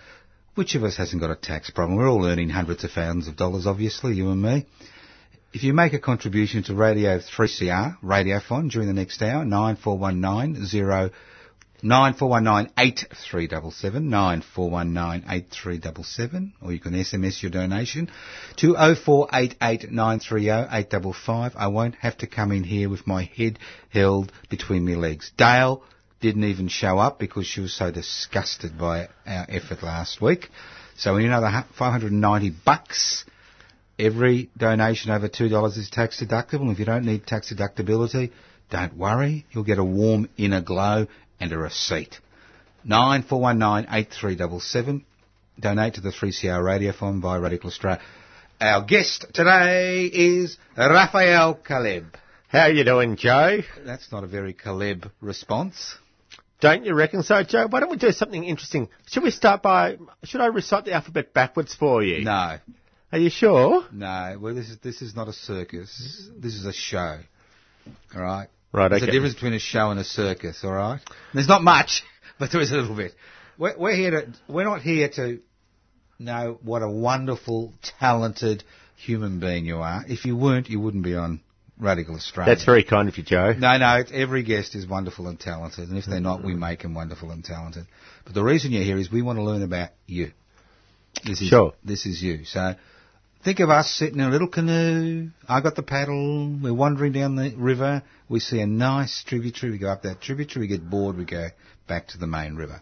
which of us hasn't got a tax problem? We're all earning hundreds of thousands of dollars, obviously, you and me. If you make a contribution to Radio 3CR, Radiophone, during the next hour, 9419 9419-8377, 9419-8377, or you can SMS your donation to 0488-930-855. I won't have to come in here with my head held between my legs. Dale didn't even show up because she was so disgusted by our effort last week. So we need another hu- 590 bucks. Every donation over $2 is tax deductible. And if you don't need tax deductibility, don't worry. You'll get a warm inner glow and a receipt. 9419-8377. Donate to the 3CR Radio Fund via Radical Australia. Our guest today is Raphael Caleb. How you doing, Joe? That's not a very Caleb response. Don't you reckon so, Joe? Why don't we do something interesting? Should we start by? Should I recite the alphabet backwards for you? No, Are you sure? no. Well, this is this is not a circus. This is a show. All right. Right. There's okay. a difference between a show and a circus, all right? There's not much, but there is a little bit. We're, we're here to, we're not here to know what a wonderful, talented human being you are. If you weren't, you wouldn't be on Radical Australia. That's very kind of you, Joe. No, no, it's, every guest is wonderful and talented, and if they're not, we Mm. make them wonderful and talented. But the reason you're here is we want to learn about you. This is, Sure. This is you. So think of us sitting in a little canoe. I got the paddle. We're wandering down the river. We see a nice tributary. We go up that tributary. We get bored. We go back to the main river.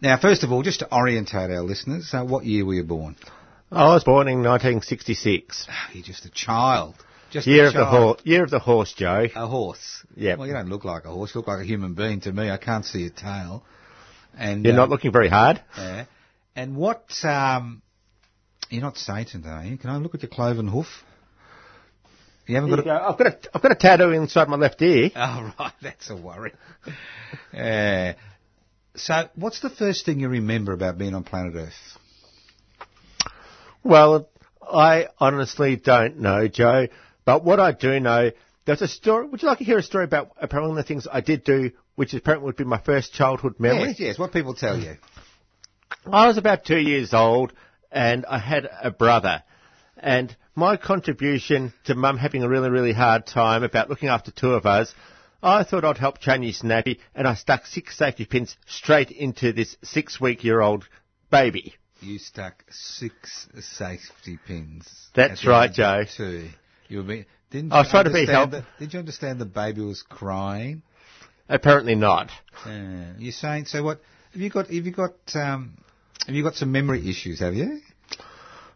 Now, first of all, just to orientate our listeners, so what year were you born? Ah, I was born in 1966. You're just a child. Just Year a of the child. horse. Year of the horse, Joe. A horse. Yep. Well, you don't look like a horse. You look like a human being to me. I can't see your tail. And You're uh, not looking very hard. yeah. And what? Um, you're not Satan, are you? Can I look at your cloven hoof? You haven't Here got you a go. I've got a I've got a tattoo inside my left ear. Oh, right, that's a worry. Yeah. so, what's the first thing you remember about being on planet Earth? Well, I honestly don't know, Joe. But what I do know, there's a story. Would you like to hear a story about apparently one of the things I did do, which apparently would be my first childhood memory? Yes, yes, what people tell you. I was about two years old and I had a brother. And my contribution to mum having a really, really hard time about looking after two of us, I thought I'd help change his nappy and I stuck six safety pins straight into this six week year old baby. You stuck six safety pins. That's at the right, age Joe. of Two. You were being, didn't I you was trying to be understand help- that- Did you understand the baby was crying? Apparently not. Uh, you're saying so. What have you got? Have you got? Um, have you got some memory issues? Have you?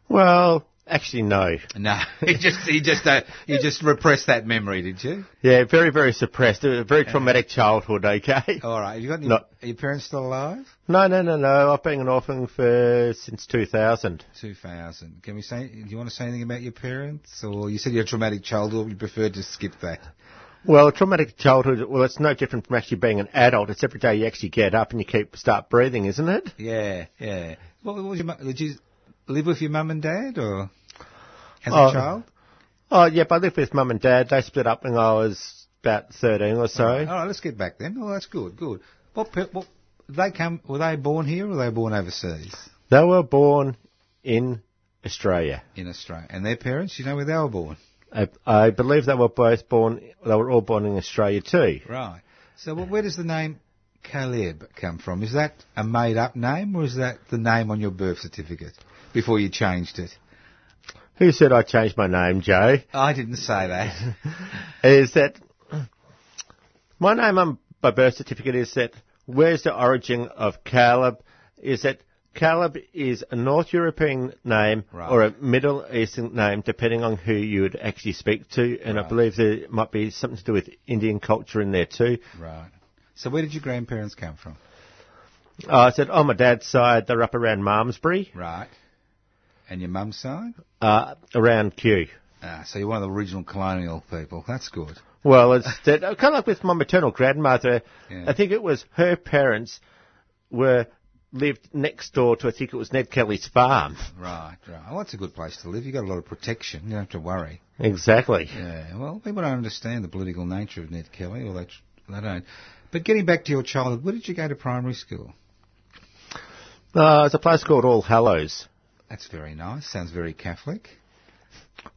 Well, actually no. No, you just you just uh, you just repressed that memory, did you? Yeah, very, very suppressed. It was a very traumatic childhood, okay? All right. Have you got any, No. Are your parents still alive? No, no, no, no. I've been an orphan for since 2000. Two thousand. Can we say? Do you want to say anything about your parents? Or you said you had a traumatic childhood. You prefer to skip that. Well, traumatic childhood, well, it's no different from actually being an adult. It's every day you actually get up and you keep, start breathing, isn't it? Yeah, yeah. What, what was your? mu- Did you live with your mum and dad or as Oh, a child? Oh, yep, I lived with mum and dad. They split up when I was about 13 or so. All right, let's get back then. Oh, that's good, good. What, pe- what They come. Were they born here or were they born overseas They were born in Australia. in Australia? And their parents, you know where they were born, I, I believe they were both born. They were all born in Australia too. right? So well, where does the name Caleb come from? Is that a made-up name or is that the name on your birth certificate before you changed it? Who said I changed my name, Joe? I didn't say that. Is that my name on my birth certificate is that where's the origin of Caleb? Is that Caleb is a North European name Right. or a Middle Eastern name, depending on who you would actually speak to. And I believe there might be something to do with Indian culture in there too. right. So where did your grandparents come from? Uh, I said, on my dad's side, they're up around Malmesbury, Right. And your mum's side? uh, around Kew. Ah, so you're one of the original colonial people. That's good. Well, it's that, kind of like with my maternal grandmother. Yeah. I think it was her parents were lived next door to I think it was Ned Kelly's farm. Right, right. Well, that's a good place to live. You've got a lot of protection. You don't have to worry. Exactly. Yeah, well, people don't understand the political nature of Ned Kelly, or they, tr- they don't. But getting back to your childhood, where did you go to primary school? Uh, it's a place called All Hallows. That's very nice. Sounds very Catholic.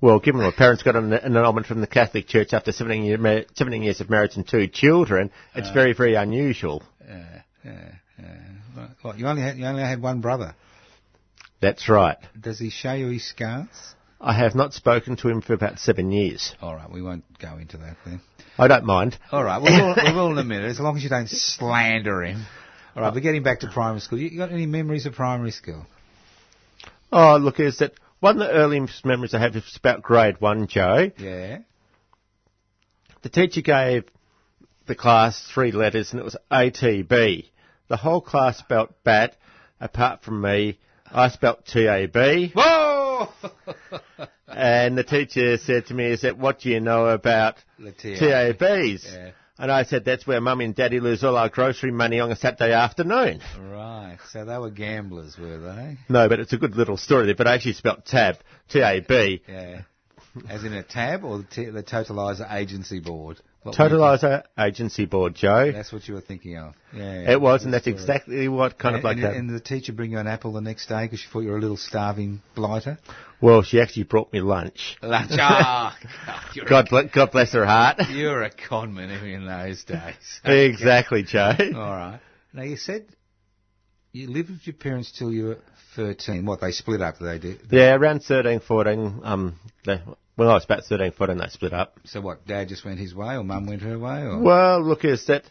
Well, given my parents got an annulment from the Catholic Church after 17, year, ma- 17 years of marriage and two children, it's very, very unusual. Yeah, yeah, yeah. Right. Well, you only had you only had one brother. That's right. Does he show you his scars? I have not spoken to him for about seven years. All right, we won't go into that then. I don't mind. All right, we will, we will in a minute, as long as you don't slander him. All right, but getting back to primary school, you, you got any memories of primary school? Oh, look, is that one of the earliest memories I have is about grade one, Joe. Yeah. The teacher gave the class three letters and it was ATB. The whole class spelt bat, apart from me. I spelt TAB. Whoa! And the teacher said to me, is that what do you know about the TA. TABs? Yeah. And I said, that's where mum and daddy lose all our grocery money on a Saturday afternoon. Right, so they were gamblers, were they? No, but it's a good little story there, but I actually spelt TAB, T-A-B. Yeah. As in a tab or the, t- the totalizer agency board? What were you- Totalizer Agency Board, Joe. That's what you were thinking of. Yeah. It was, and that's Sorry. exactly what kind And, of like and, that. and did the teacher bring you an apple the next day because she thought you were a little starving blighter? Well, she actually brought me lunch. Lunch. Ah, you're, God, ble- God bless her heart. A, you're a conman even in those days. exactly, Joe. All right. Now you said you lived with your parents till you were thirteen. What they split up? They did. Yeah, around 13, 14, um, they, when I was about 13, 14, they split up. So what? Dad just went his way, or Mum went her way, or Well, look, is that,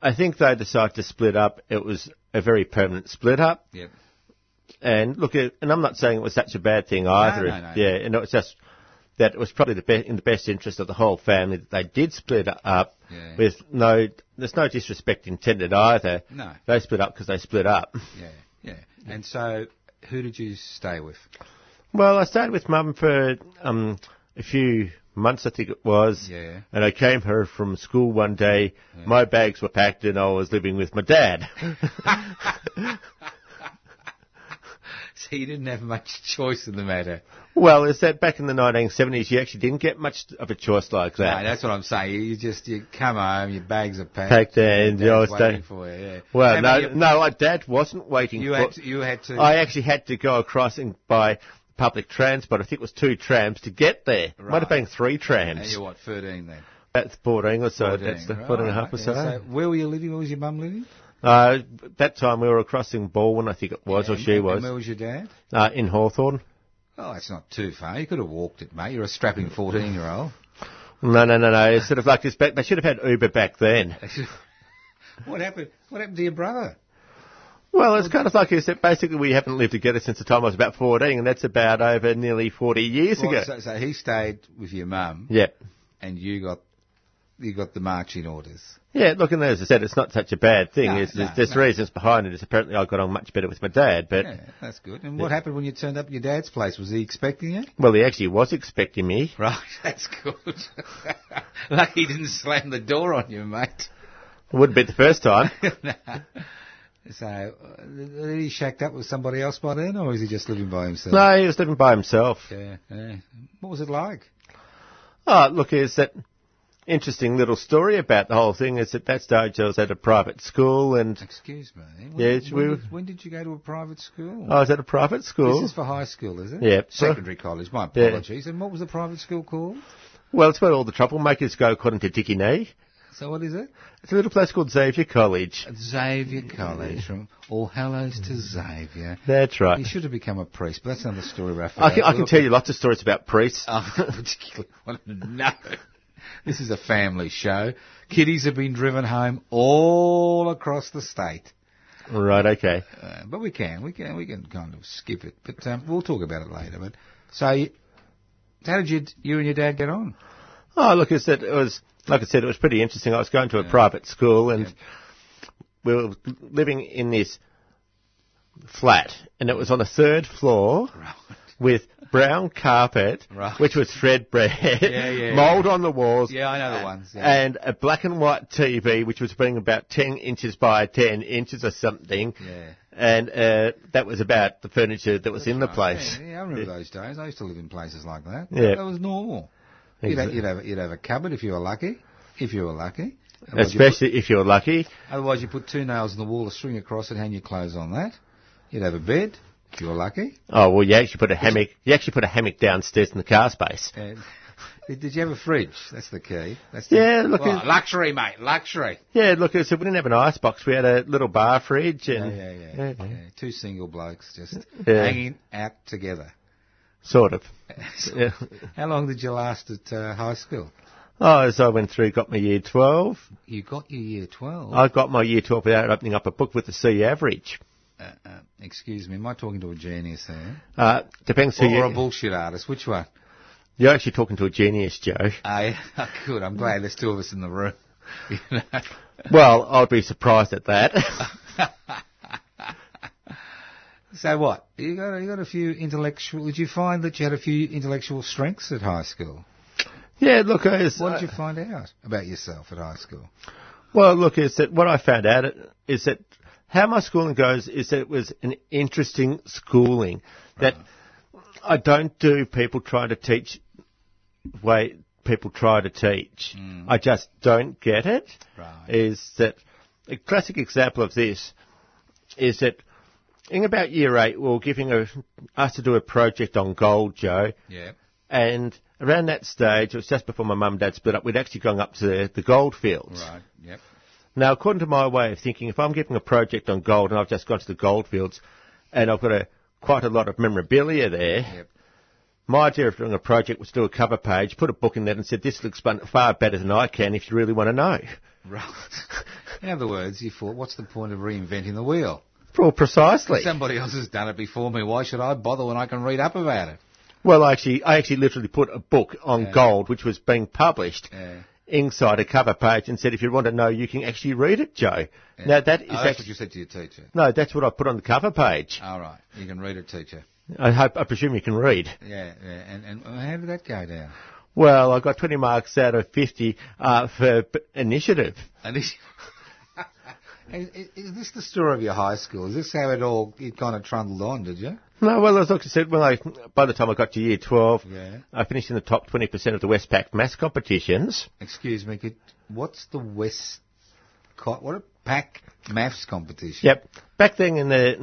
I think they decided to split up. It was a very permanent split up. Yep. And look, it- and I'm not saying it was such a bad thing either. no, no. Yeah, and it was just that it was probably the be- in the best interest of the whole family that they did split up Yeah. with no, there's no disrespect intended either. No. They split up because they split up. Yeah, yeah. And so, who did you stay with? Well, I stayed with mum for um, a few months, I think it was. Yeah. And I came home from school one day. My bags were packed, and I was living with my dad. So you didn't have much choice in the matter. well, is that back in the 1970s? You actually didn't get much of a choice like No, that. that's what I'm saying. You- You just you come home, your bags are packed, Packed and Dad's I was waiting staying- for you. Yeah. Well, And no, you, no, I, dad wasn't waiting you for. had to, you had to. I actually had to go across and buy public transport. I think it was two trams to get there. Might have Right. been three trams. and you're what, 13 then? That's 14 or so. 14, Uh, That's the right. four and a half or Yeah, so. Where were you living? Where was your mum living? Uh, that time we were crossing Baldwin, I think it was, or And- she and was, where was your dad? uh, in Hawthorne. Oh, that's not too far. You could have walked it, mate. You're a strapping 14 year old. No, no, no, no. It's sort of like this. Back, they should have had Uber back then. what happened? What happened to your brother? Well, it's kind of like you said. Basically, we haven't lived together since the time I was about 14, and that's about over nearly 40 years Well, ago. so, so he stayed with your mum, Yeah. and you got you got the marching orders. Yeah, look, and as I said, it's not such a bad thing. No, there's there's, no, there's no. reasons behind it. It's apparently I got on much better with my dad, but, Yeah, that's good. And what happened when you turned up at your dad's place? Was he expecting you? well, he actually was expecting me. Right, that's good. Lucky he didn't slam the door on you, mate. It wouldn't be the first time. So, uh, had he shacked up with somebody else by then, or is he just living by himself? no, he was living by himself. Yeah, yeah. What was it like? Oh, look, is Ah, that interesting little story about the whole thing is at that stage I was at a private school and Excuse me. When, Yes, when, we- did, when did you go to a private school? I was at a private school. This is for high school, is it? Yep. Secondary college. My Yeah. apologies. And what was the private school called? Well, it's where all the troublemakers go, according to Dickie Knee. So what is it? It's a little place called Xavier College. Xavier College from All Hallows to Xavier. That's right. You should have become a priest, but that's another story, Raphael. Uh, I can, I can tell you lots of stories about priests. I particularly want to know. This is a family show. Kiddies have been driven home all across the state. Right, okay. Uh, but we can, we can, we can kind of skip it. But um, we'll talk about it later. But so, you- how did you, you and your dad get on? Oh, look, it's that it was, like I said, it was pretty interesting. I was going to a private school and we were living in this flat and it was on a third floor with brown carpet, Right. which was threadbare, Yeah, yeah, mold on the walls. Yeah, I know the ones, yeah. And a black and white TV, which was being about 10 inches by 10 inches or something. Yeah. And uh, that was about the furniture that was in the place. Yeah, yeah, I remember those days. I used to live in places like that. Yeah. That was normal. You'd, have, Exactly. you'd, have, you'd have a cupboard if you were lucky. If you were lucky. Otherwise you Especially if you're lucky. Otherwise, you put two nails in the wall, a string across it, hang your clothes on that. You'd have a bed, if you were lucky. Oh well, you actually put a hammock. You actually put a hammock downstairs in the car space. And did did you have a fridge? That's the key. That's the, Yeah, look, Well, it- luxury, mate, luxury. Yeah, look, so we didn't have an ice box. We had a little bar fridge, Yeah, and yeah, yeah. yeah, Two single blokes just Yeah. hanging out together. sort of. Yeah. How long did you last at uh, high school? Oh, as I went through, got my year twelve. You got your year twelve. I got my year twelve without opening up a book with the C average. Uh, uh, excuse me, am I talking to a genius there? Uh, depends who or a you. bullshit artist? Which one? You're actually talking to a genius, Joe. I good. I'm glad there's two of us in the room. You know? Well, I'd be surprised at that. So what? You got you got a few intellectual. Did you find that you had a few intellectual strengths at high school? yeah, look, it's, What did you find out about yourself at high school? Well, look, is that what I found out is that how my schooling goes is that it was an interesting schooling. That I don't do people trying to teach way people try to teach. I just don't get it. Hmm. Right. Is that a classic example of this is that in about year eight we were giving a, us to do a project on gold, Joe. Yeah. And around that stage, it was just before my mum and dad split up, we'd actually gone up to the, the gold fields. Right. Yep. Now, according to my way of thinking, if I'm giving a project on gold and I've just gone to the goldfields and I've got a, quite a lot of memorabilia there, Yep. my idea of doing a project was to do a cover page, put a book in that and said, this looks fun- far better than I can if you really want to know. Right. in other words, you thought, what's the point of reinventing the wheel? Well, precisely. Somebody else has done it before me. Why should I bother when I can read up about it? well, I actually, I actually literally put a book on gold, which was being published, Yeah. inside a cover page and said, if you want to know, you can actually read it, Joe. Now, that is Oh, that's what actually... you said to your teacher. No, that's what I put on the cover page. All right. You can read it, teacher. I hope, I presume you can read. Yeah. yeah. And and how did that go down? Well, I got 20 marks out of 50 uh, for p- initiative. And this, is, is this the story of your high school? Is this how it all it kind of trundled on? Did you? No, well, as I said, when I, by the time I got to year 12, Yeah. I finished in the top 20% of the Westpac maths competitions. Excuse me. Could, what's the West? Co- what a pack maths competition. Yep. Back then in the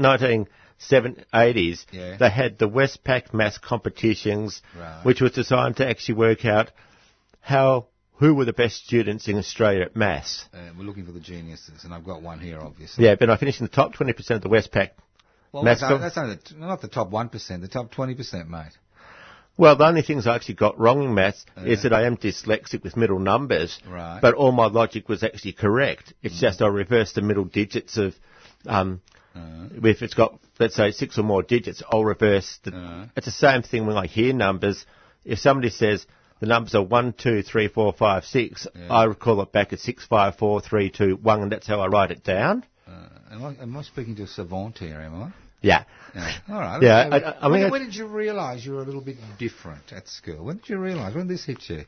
1980s, Yeah. they had the Westpac maths competitions, Right. which was designed to actually work out how, who were the best students in Australia at maths. Uh, we're looking for the geniuses, and I've got one here, obviously. Yeah, but I finished in the top 20% of the Westpac. Well, Maths that's, com- that's only the, not the top one percent, the top twenty percent, mate. Well, the only things I actually got wrong in maths is that I am dyslexic with middle numbers, Right. but all my logic was actually correct. It's just I reversed the middle digits of, um, if it's got, let's say, six or more digits, I'll reverse the, it's the same thing when I hear numbers. If somebody says the numbers are one, two, three, four, five, six, I recall it back as six, five, four, three, two, one, and that's how I write it down. Uh, am, I, am I speaking to a savant here? Am I? Yeah. Yeah. All right. Yeah, So I- I- I when, think when did you realise you were a little bit different at school? When did you realise? When did this hit you?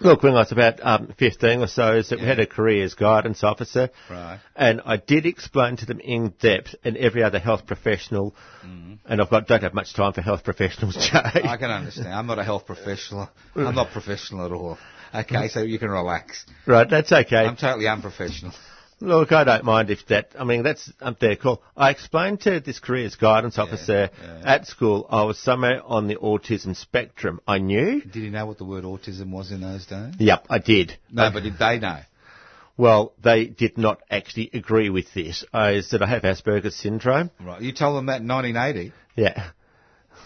Look, when I was about um, 15 or so, so we had a careers guidance officer. Right. And I did explain to them in depth and every other health professional. And I've got, don't have much time for health professionals, Jay. Mm-hmm. I can understand. I'm not a health professional. I'm not professional at all. Okay, so you can relax. right, that's okay. I'm totally unprofessional. Look, I don't mind if that, I mean, that's up their call. I explained to this careers guidance officer yeah. at school I was somewhere on the autism spectrum. I knew. Did you know what the word autism was in those days? Yep, I did. No, but did they know? Well, they did not actually agree with this. I said I have Asperger's syndrome. Right. You told them that in 1980. Yeah.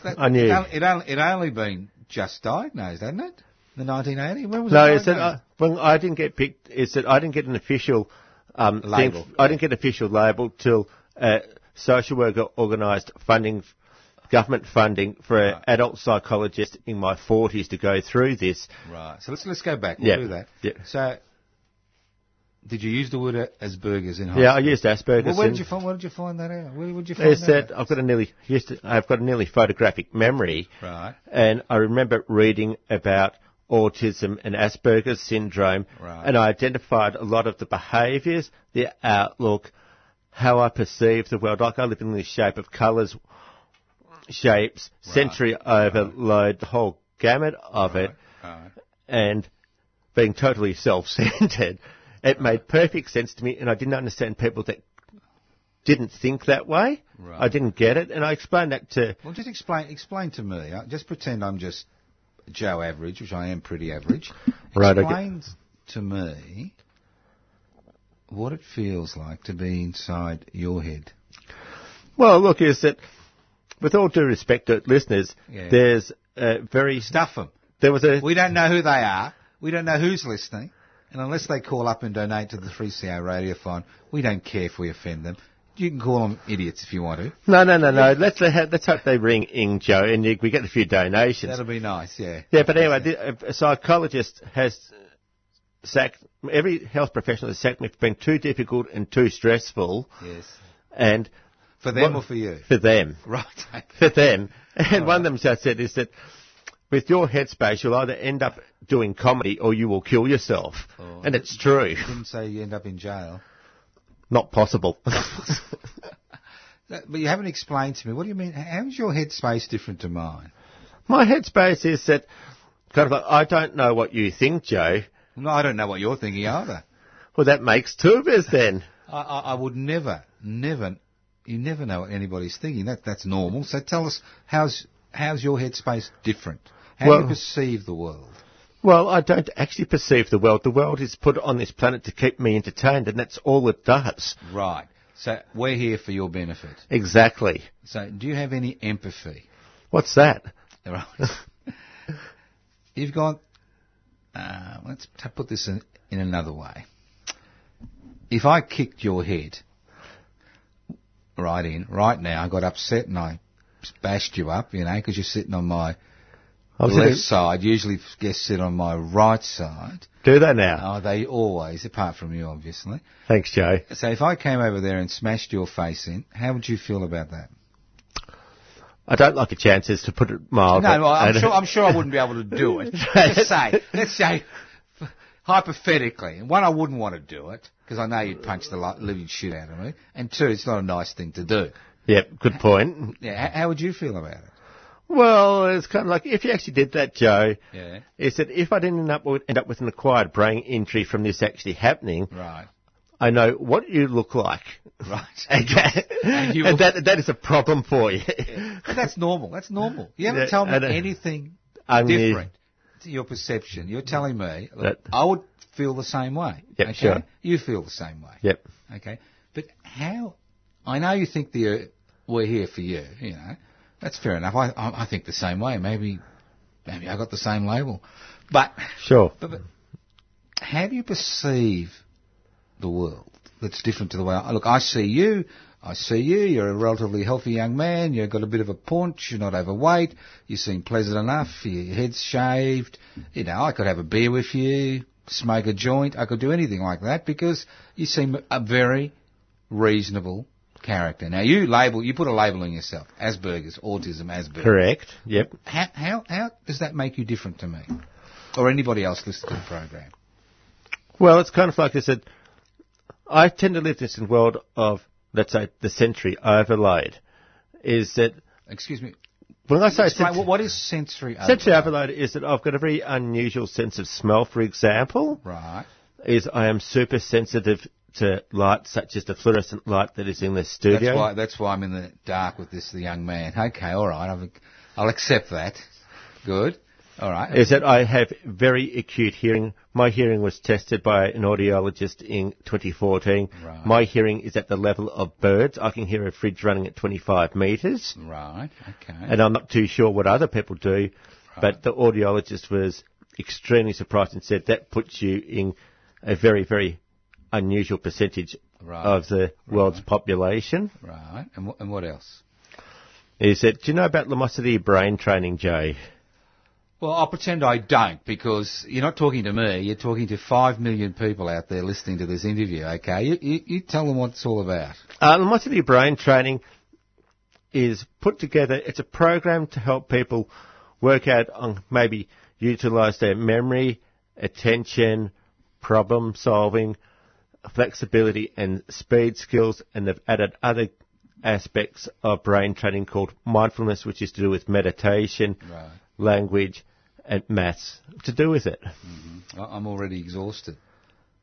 That- I knew. It only, it only, it only been just diagnosed, hadn't it? The 1980? When was No, it? is that diagnosed? I, when I didn't get picked? Is that I didn't get an official um, thing- Label. I didn't get an official label till uh, social worker organised funding, government funding for an Right. adult psychologist in my forties to go through this. Right. So let's let's go back. We'll uh, Yeah. do that. Yeah. So, did you use the word a- as burgers in high yeah, I school? used Asperger's. Well, where did and you find? Where did you find that out? Where did you find They said out? I've got a nearly used to, I've got a nearly photographic memory. Right. and I remember reading about autism and Asperger's syndrome, Right. and I identified a lot of the behaviours, the outlook, how I perceive the world. Like I live in the shape of colours, shapes, sensory overload, the whole gamut of it, Right. and being totally self-centred. It made perfect sense to me, and I didn't understand people that didn't think that way. Right. I didn't get it, and I explained that to Well, just explain explain to me. uh, Just pretend I'm just Joe average, which I am pretty average. Right, I get- Explain to me what it feels like to be inside your head. Well, look, is that with all due respect to listeners, Yeah. there's a very Stuff 'em. there was a We don't know who they are. We don't know who's listening. And unless they call up and donate to the 3CR Radiophone, we don't care if we offend them. You can call them idiots if you want to. no, no, no, no. Let's let- let's hope they ring in Joe and you- we get a few donations. That'll be nice, yeah. yeah, but anyway, the, a psychologist has sacked every health professional has sacked me for being too difficult and too stressful, Yes. and For them What- or for you? for them, Right. for them. And one of them just said is that with your headspace, you'll either end up doing comedy or you will kill yourself, Oh. and it's true. Didn't say you end up in jail. Not possible. That- But you haven't explained to me. What do you mean? How's your headspace different to mine? My headspace is that kind of like, I don't know what you think, Joe. No, I don't know what you're thinking either. Well, that makes two of us then. I, I, I would never, never, you never know what anybody's thinking. That that's normal. So tell us, how's how's your headspace different? How do Well- you perceive the world? Well, I don't actually perceive the world. The world is put on this planet to keep me entertained, and that's all it does. Right. So we're here for your benefit. Exactly. So do you have any empathy? What's that? Right. You've got. Uh, let's t- put this in, in another way. If I kicked your head right in, right now, I got upset and I bashed you up, you know, because you're sitting on my I was left gonna- side. Usually guests sit on my right side. do that now. Oh, they always, apart from you, obviously. Thanks, Joe. So if I came over there and smashed your face in, how would you feel about that? I don't like the chances to put it mildly. No, well, I'm And- sure. I'm sure I wouldn't be able to do it. Let's say, let's say, hypothetically, and one, I wouldn't want to do it because I know you'd punch the li- living shit out of me, and two, it's not a nice thing to do. Yep, good point. Yeah, h- how would you feel about it? Well, it's kind of like if you actually did that, Joe, Yeah, is that if I didn't end up with, end up with an acquired brain injury from this actually happening, right, I know what you look like. right. Okay. And And, you- that that is a problem for you. But that's normal. That's normal. You Yeah, haven't told me and, uh, anything I'm the- different to your perception. You're telling me look, That- I would feel the same way. Yep, okay? sure. You feel the same way. Yep. Okay, but how? I know you think the uh, we're here for you. You know, that's fair enough. I I, I think the same way. Maybe maybe I got the same label, but Sure. but, but how do you perceive the world that's different to the way I look? I see you. I see you. You're a relatively healthy young man. You've got a bit of a paunch. You're not overweight. You seem pleasant enough. Your head's shaved. You know, I could have a beer with you, smoke a joint. I could do anything like that because you seem a very reasonable character. Now you label, you put a label on yourself. Asperger's, autism, Asperger's. Correct. Yep. How, how, how does that make you different to me? or anybody else listening to the program? Well, it's kind of like I said, I tend to live this in world of, let's say, the century overlaid. Is that Excuse me. when I say Explain, cent- what- what is sensory century overload? overload is that I've got a very unusual sense of smell, for example, Right. is I am super sensitive to light, such as the fluorescent light that is in the That's studio. why. That's why I'm in the dark with this the young man. Okay. All right. I've, I'll accept that. Good. All right. is that I have very acute hearing. My hearing was tested by an audiologist in 2014. Right. My hearing is at the level of birds. I can hear a fridge running at 25 metres, Mm. Right. Okay. and I'm not too sure what other people do, but the audiologist was extremely surprised and said that puts you in a very, very unusual percentage Right. of the world's population. right. And, wh- and what else? He said, do you know about lumosity brain training, Jay? Well, I'll pretend I don't because you're not talking to me. You're talking to five million people out there listening to this interview. Okay. You, you, you tell them what it's all about. Uh, Lumosity Brain Training is put together. It's a program to help people work out on maybe utilize their memory, attention, problem solving, flexibility, and speed skills. And they've added other aspects of brain training called mindfulness, which is to do with meditation, Right. language, and maths to do with it. Mm-hmm. I- I'm already exhausted.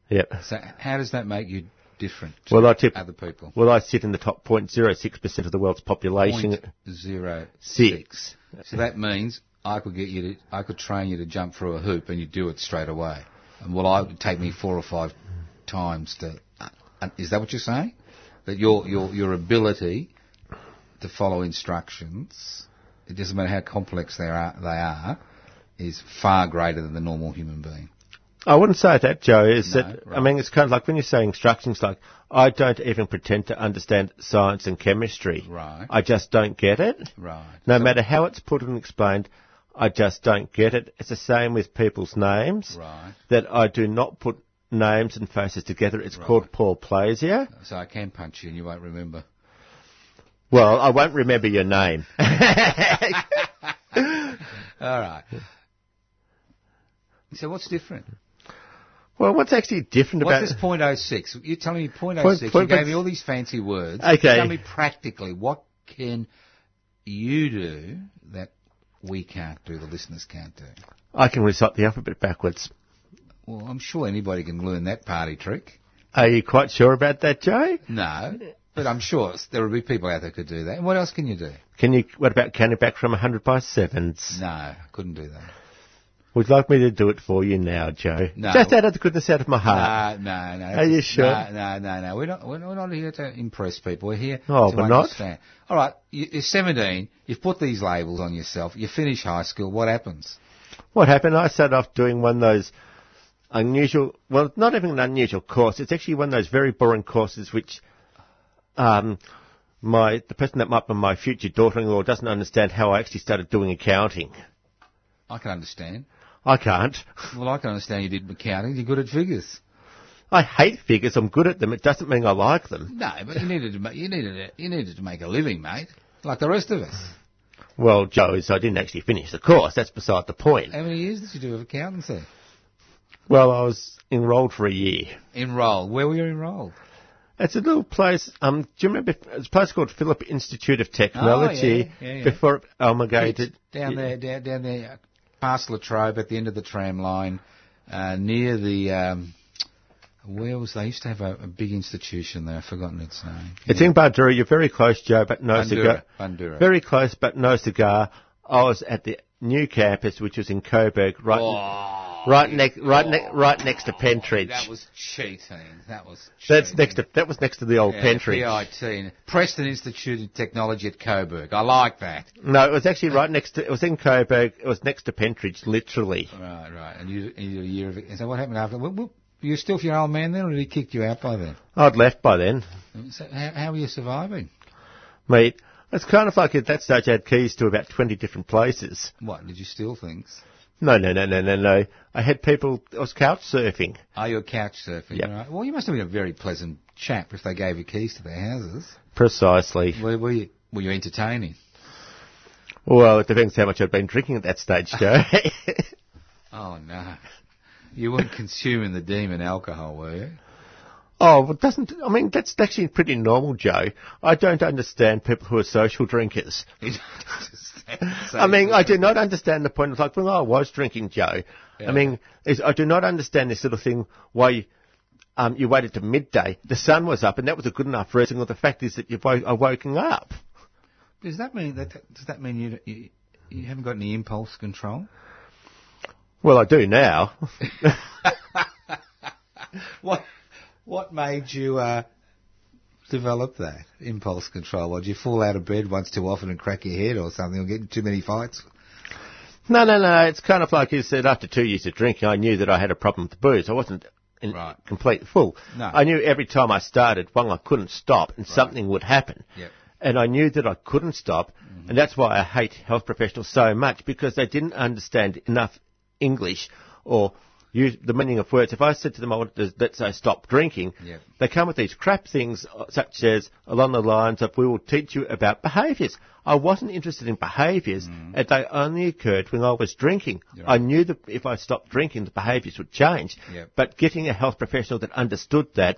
Yep. So how does that make you different to Well, I tip. other people? Well, I sit in the top 0.06% of the world's population. Point zero Six. So that means I could get you to, I could train you to jump through a hoop and you do it straight away. And well, I would take me four or five times to. Uh, is that what you're saying? That your your your ability to follow instructions, it doesn't matter how complex they are, they are, is far greater than the normal human being. I wouldn't say that, Joe. Is No, that I right. mean, it's kind of like when you say instructions, like I don't even pretend to understand science and chemistry. Right. I just don't get it. Right. No So- matter how it's put and explained, I just don't get it. It's the same with people's names. Right. That I do not put names and faces together. It's called Paulplasia. So I can punch you and you won't remember. Well, I won't remember your name. All right. So what's different? well, what's actually different about What's this point oh six? You're telling me point oh Point- six. You point- gave me all these fancy words. Okay. Tell me practically what can you do that we can't do, the listeners can't do. I can recite the alphabet backwards. Well, I'm sure anybody can learn that party trick. Are you quite sure about that, Joe? No, but I'm sure there will be people out there who could do that. And what else can you do? Can you? What about counting back from 100 by sevens? No, I couldn't do that. Would you like me to do it for you now, Joe? No. Just out of the goodness out of my heart. No, Uh, no, no. Uh, Are you sure? No, no, no, no. We're not, we're not we're not here to impress people. We're here Oh, to we're not? understand. All right, you- you're 17. You've put these labels on yourself. You finish high school. What happens? What happened? I started off doing one of those unusual, well, not even an unusual course. It's actually one of those very boring courses which, um, my, the person that might be my future daughter-in-law doesn't understand how I actually started doing accounting. I can understand. I can't. Well, I can understand you did accounting. You're good at figures. I hate figures. I'm good at them. It doesn't mean I like them. No, but you needed to make you needed a, you needed to make a living, mate, like the rest of us. Well, Joe, so I didn't actually finish the course. That's beside the point. How many years did you do of accountancy? Well, I was enrolled for a year. Enroll. Where were you enrolled? It's a little place. Um, do you remember? It's a place called Phillip Institute of Technology. Oh, yeah, yeah, yeah. Before it amalgamated. down there, down, down there, uh, past Latrobe, at the end of the tram line, uh, near the. Um, where was they used to have a, a big institution there? I've forgotten its name. It's in Bandura. You're very close, Joe, but no Bandura, cigar. Bandura. Very close, but no cigar. I was at the new campus, which was in Coburg, right, Oh, right next, right next, right next to Pentridge. that was cheating. That was. Cheating. That's next to that was next to the old Yeah, Pentridge. PIT, Preston Institute of Technology at Coburg. I like that. No, it was actually right next to. It was in Coburg. It was next to Pentridge, literally. Right, right. And you, and you did a year of it. And so what happened after? Were, were you still with your old man then, or did he kick you out by then? I'd left by then. So how, how were you surviving? Mate, it's kind of like at that stage I had keys to about 20 different places. What did you steal things? No, no, no, no, no, no. I had people, I was couch surfing. Are you a couch surfing? Yep. Right. Well, you must have been a very pleasant chap if they gave you keys to their houses. Precisely. Were, were you? Were you entertaining? Well, it depends how much I'd been drinking at that stage, Joe. Oh, no. You weren't consuming the demon alcohol, were you? Oh, well, doesn't, I mean, that's actually pretty normal, Joe. I don't understand people who are social drinkers. You don't understand. So- I mean, I do not understand the point of like, well, I was drinking Joe. Yeah. I mean, is, I do not understand this little thing why um, you waited to midday. The sun was up, and that was a good enough reason. Well, the fact is that you woke, are woken up. Does that mean that? Does that mean you you, you haven't got any impulse control? Well, I do now. What What made you uh, develop that impulse control? Or did you fall out of bed once too often and crack your head or something, or get in too many fights? no, no, no. It's kind of like you said, after two years of drinking, I knew that I had a problem with the booze. I wasn't in Right. complete fool. No. I knew every time I started, one, I couldn't stop, and something would happen. Yep. Mm-hmm. and I knew that I couldn't stop, and that's why I hate health professionals so much because they didn't understand enough English or use the meaning of words. If I said to them, "I want to, let's say stop drinking," Yep. they come with these crap things uh, such as along the lines of, "We will teach you about behaviours." I wasn't interested in behaviours, and they only occurred when I was drinking. I knew that if I stopped drinking, the behaviours would change. Yep. But getting a health professional that understood that,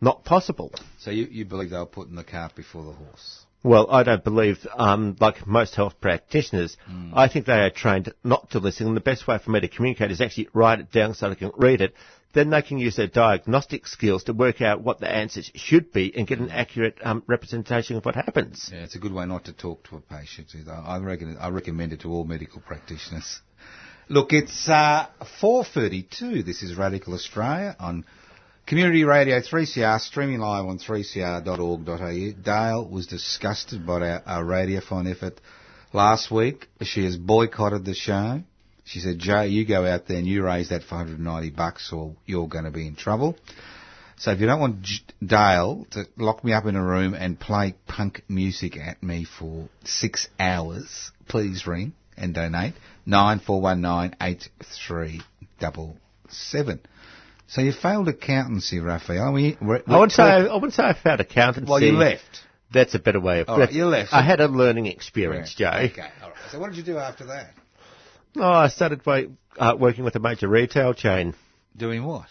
not possible. So you, you believe they were putting the cart before the horse? Well, I don't believe, um, like most health practitioners, Hmm. I think they are trained not to listen. And the best way for me to communicate is actually write it down so they can read it. Then they can use their diagnostic skills to work out what the answers should be and get Hmm. an accurate um, representation of what happens. Yeah, it's a good way not to talk to a patient. either. I reckon I recommend it to all medical practitioners. Look, it's uh, 4:32. This is Radical Australia on Community Radio 3CR, streaming live on 3cr.org.au. Dale was disgusted by our, our radiophone effort last week. She has boycotted the show. She said, "Joe, you go out there and you raise that 490 bucks, or you're going to be in trouble." So if you don't want J- Dale to lock me up in a room and play punk music at me for six hours, please ring and donate nine four one nine eight three double seven. So you failed accountancy, Raphael. We, we're, I wouldn't, say, I wouldn't say I found accountancy. Well, you left. That's a better way of All right, you left. I had a learning experience, Joe. Okay. All right. So what did you do after that? Oh, I started by uh, working with a major retail chain. Doing what?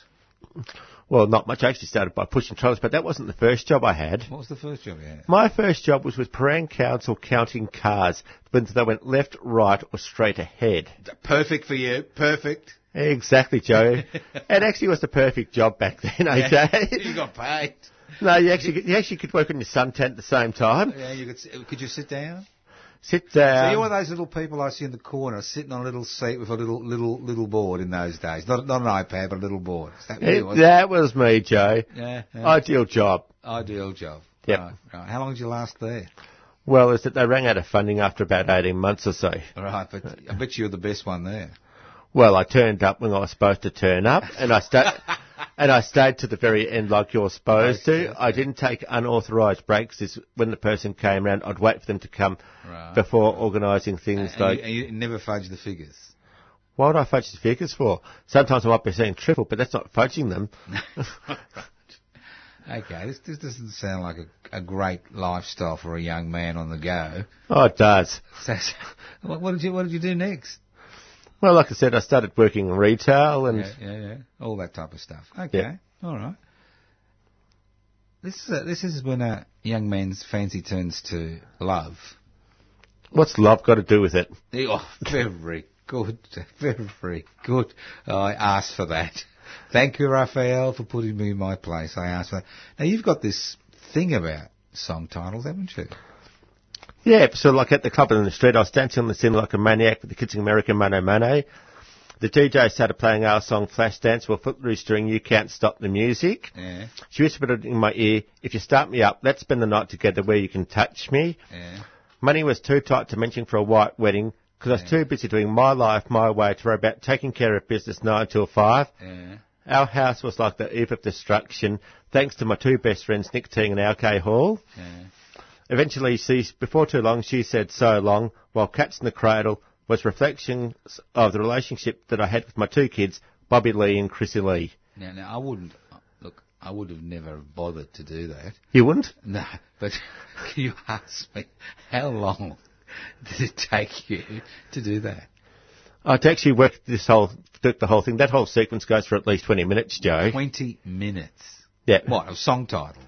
Well, not much. I actually started by pushing trolleys, but that wasn't the first job I had. What was the first job you had? My first job was with Parang Council counting cars, whether they went left, right, or straight ahead. Perfect for you. Perfect. Exactly, Joe. it actually was the perfect job back then, okay? you got paid. no, you actually, could- you actually could work on your sun tent at the same time. Yeah, you could. s- Could you sit down? Sit down. So you're one of those little people I see in the corner sitting on a little seat with a little little little board in those days. Not not an iPad, but a little board. Is that It- you? was? that was me, Joe. Yeah, yeah. Ideal job. Ideal job. Yep. Right, right. How long did you last there? Well, is that they ran out of funding after about 18 months or so. All right, but I bet you were the best one there. Well, I turned up when I was supposed to turn up, and I sta and I stayed to the very end like you're supposed Okay, to. I didn't take unauthorised breaks. Is when the person came round, I'd wait for them to come Right. before organising things And, like. you, and you never fudged the figures. Why would I fudge the figures for? Sometimes I might be seeing triple, but that's not fudging them. Okay, this, this doesn't sound like a, a great lifestyle for a young man on the go. Oh, it does. So, so what, what did you what did you do next? Well, like I said, I started working in retail, and Yeah, yeah, yeah. All that type of stuff. Okay. Yeah. All right. This is a, this is when a young man's fancy turns to love. what's love got to do with it? Oh, very good. Very good. I asked for that. Thank you, Raphael, for putting me in my place. I asked for that. Now, you've got this thing about song titles, haven't you? Yeah, so like at the club and in the street, I was dancing on the scene like a maniac with the kids in America, Mano Mano. The DJ started playing our song Flashdance, well, Footloose during You Can't Stop the Music. Yeah, She whispered it in my ear, if you start me up, let's spend the night together where you can touch me. yeah. Money was too tight to mention for a white wedding because I was too busy doing my life my way to worry about taking care of business 9 till 5. Yeah. Our house was like the eve of destruction thanks to my two best friends, Nick Teague and Alkay Hall. Yeah. Eventually, she, before too long, she said so long, while Cats in the Cradle was reflections of the relationship that I had with my two kids, Bobby Lee and Chrissy Lee. Now, now, I wouldn't, look, I would have never bothered to do that. You wouldn't? No, but can you ask me how long did it take you to do that? I to actually work this whole, work the whole thing. That whole sequence goes for at least 20 minutes, Joe. 20 minutes. Yeah, What, of song titles?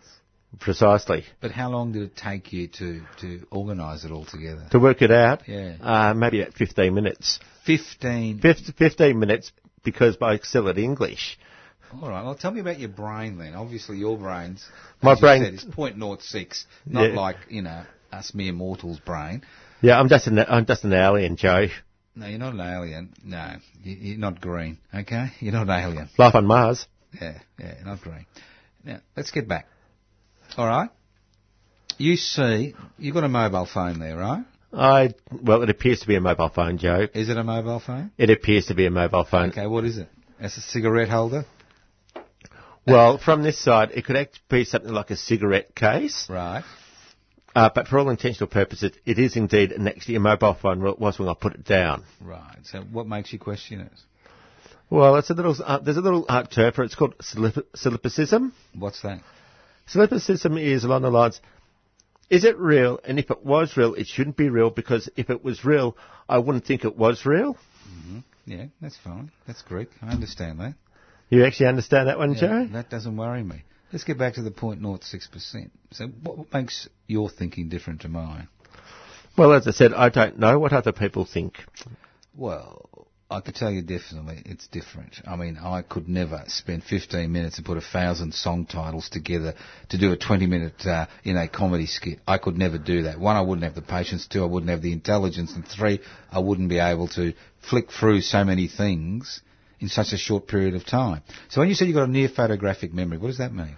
precisely. But how long did it take you to, to organise it all together? To work it out, Yeah. uh, maybe at 15 minutes. 15. Fif- 15 minutes because I excel at English. All right. Well, tell me about your brain then. Obviously, your brain's My as you brain- said, is point naught six. Not Yeah. like you know us mere mortals' brain. Yeah, I'm just an, I'm just an alien, Joe. No, you're not an alien. No, you- you're not green. Okay, you're not an alien. Life on Mars. Yeah, yeah, not green. Now let's get back. All right. You see, you've got a mobile phone there, right? I, well, it appears to be a mobile phone, Joe. Is it a mobile phone? It appears to be a mobile phone. Okay, what is it? It's a cigarette holder, Well, from this side, it could act be something like a cigarette case, right? uh, but for all intentional purposes, it is indeed an actually a mobile phone. Well, it was when I put it down. Right. So what makes you question it? Well, it's a little. Uh, there's a little art term for it. It's called solip- solipsism. What's that? Solipsism is along the lines: Is it real? And if it was real, it shouldn't be real because if it was real, I wouldn't think it was real. Yeah, that's fine. That's Greek. I understand that. You actually understand that one, Yeah, Joe? that doesn't worry me. Let's get back to the 0.06%. So what makes your thinking different to mine? Well, as I said, I don't know what other people think. Well, I could tell you definitely it's different. I mean, I could never spend 15 minutes and put a thousand song titles together to do a 20 minute, uh, you know, comedy skit. I could never do that. One, I wouldn't have the patience. Two, I wouldn't have the intelligence. And three, I wouldn't be able to flick through so many things in such a short period of time. So when you say you've got a near photographic memory, what does that mean?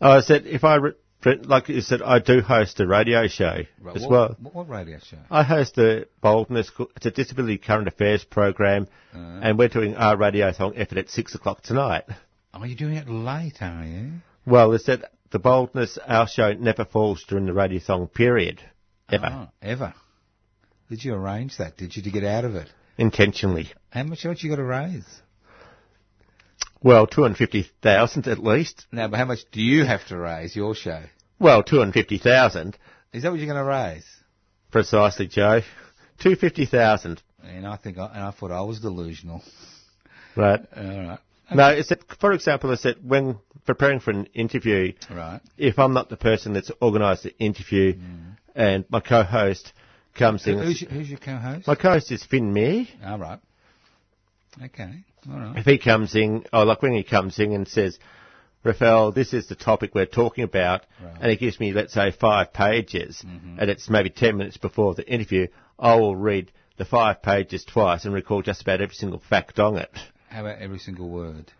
I said, if I re- re- like you said, I do host a radio show as what, well. What, what radio show? I host a boldness. co- It's a disability current affairs program, Uh-huh. and we're doing our radiothon effort at six o'clock tonight. Are you Oh, doing it late, are you? Well, it's that the boldness our show never falls during the radiothon period, Oh, ever ever. Did you arrange that? Did you to get out of it? intentionally. How much how much you got to raise? Well, two hundred fifty thousand at least. No, but how much do you have to raise your show? Well, two hundred fifty thousand Is that what you're going to raise? precisely, Joe. Two fifty thousand. And I think I, and I thought I was delusional. Right. All right, No, it's that, for example, it's that when preparing for an interview, right. if I'm not the person that's organised the interview and my co-host comes Mm. So in, who's, your, who's your co-host? my co-host is Finn Meir. All right. Okay. All right. If he comes in, or like when he comes in and says, Raphael, this is the topic we're talking about, and he gives me, let's say, five pages, and it's maybe 10 minutes before the interview, I will read the five pages twice and recall just about every single fact on it. How about every single word?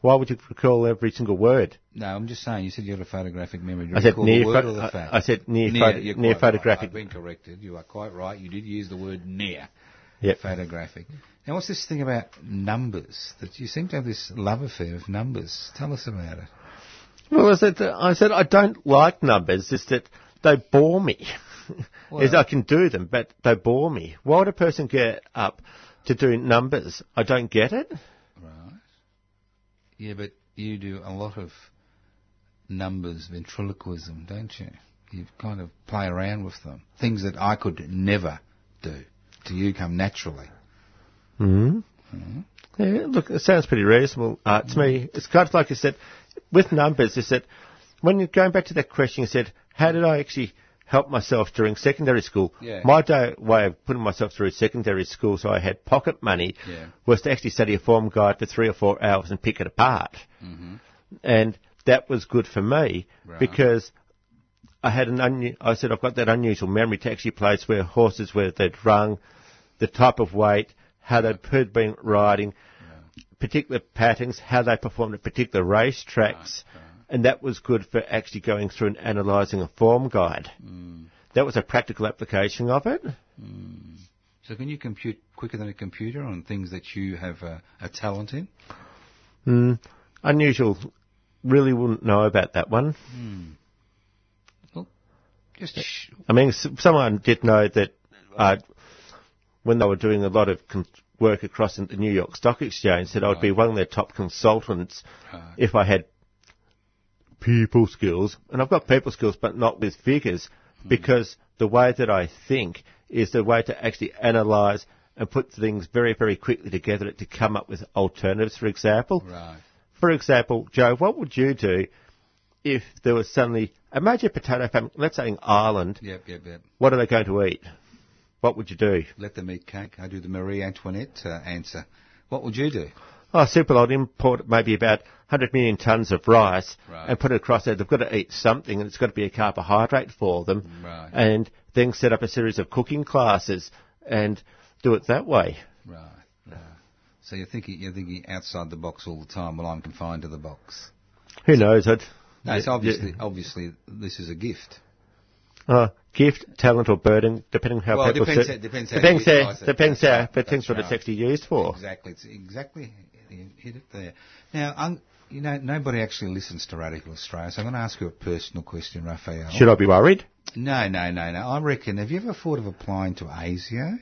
Why would you recall every single word? No, I'm just saying. You said you had a photographic memory. Do you I said recall near the word pho- or I- the fact? I said near photo- you're near quite photographic. Right. I've been corrected. You are quite right. You did use the word near. Yep. photographic. Now, what's this thing about numbers? That you seem to have this love affair of numbers. Tell us about it. Well, I said, I said I don't like numbers. It's that they bore me. Is I can do them, but they bore me. Why would a person get up to do numbers? I don't get it. Right. Yeah, but you do a lot of numbers, ventriloquism, don't you? You kind of play around with them. Things that I could never do. To you come naturally. Mm. Yeah, look, it sounds pretty reasonable uh, to me. It's kind of like I said, with numbers, is that when you're going back to that question, you said, how did I actually help myself during secondary school? Yeah. My day, way of putting myself through secondary school so I had pocket money Yeah. was to actually study a form guide for three or four hours and pick it apart. And that was good for me Right. because I had an un- I said I've got that unusual memory to actually place where horses were they'd rung, the type of weight, how they'd had been riding, particular patterns, how they performed at particular race tracks, and that was good for actually going through and analysing a form guide. That was a practical application of it. So can you compute quicker than a computer on things that you have a, a talent in? Unusual. Really wouldn't know about that one. Just sh- I mean, s- someone did know that uh, when they were doing a lot of con- work across the New York Stock Exchange, that I'd be one of their top consultants if I had people skills. And I've got people skills, but not with figures, because the way that I think is the way to actually analyse and put things very, very quickly together to come up with alternatives, for example. Right. For example, Joe, what would you do if there was suddenly a major potato famine, let's say in Ireland, Yep, yep, yep. what are they going to eat? What would you do? Let them eat cake. I do the Marie Antoinette uh, answer. What would you do? Oh, super lot import maybe about 100 million tonnes of rice Right. and put it across there. They've got to eat something and it's got to be a carbohydrate for them. Right. And then set up a series of cooking classes and do it that way. Right. right. So you're thinking you're thinking outside the box all the time. Well, I'm confined to the box. Who knows? I'd, No, it's Yeah, obviously obviously this is a gift. Uh, gift, talent, or burden, depending how Well, people depends see- how- depends how you depends how, utilise it. depends That's how, right, depends that's what right. it's actually used for. Exactly. It's exactly you hit it there. Now, I'm, you know, nobody actually listens to Radical Australia, so I'm going to ask you a personal question, Raphael. Should I be worried? No, no, no, no. I reckon. Have you ever thought of applying to ASIO?